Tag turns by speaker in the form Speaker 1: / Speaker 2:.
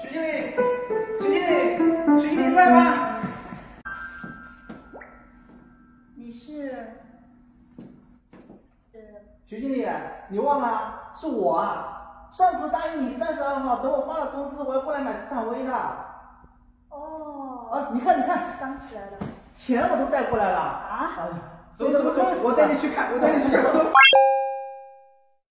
Speaker 1: 徐经理，徐经理，徐经理在吗？
Speaker 2: 你是？是
Speaker 1: 徐经理，你忘了是我啊！上次答应你三十二号等我发了工资，我要过来买斯坦威的。啊，
Speaker 2: 哦，
Speaker 1: 你看你看，
Speaker 2: 想起来了
Speaker 1: 钱我都带过来了。哎
Speaker 2: 啊！
Speaker 1: 走走走，我带你去看，我带你去看。走。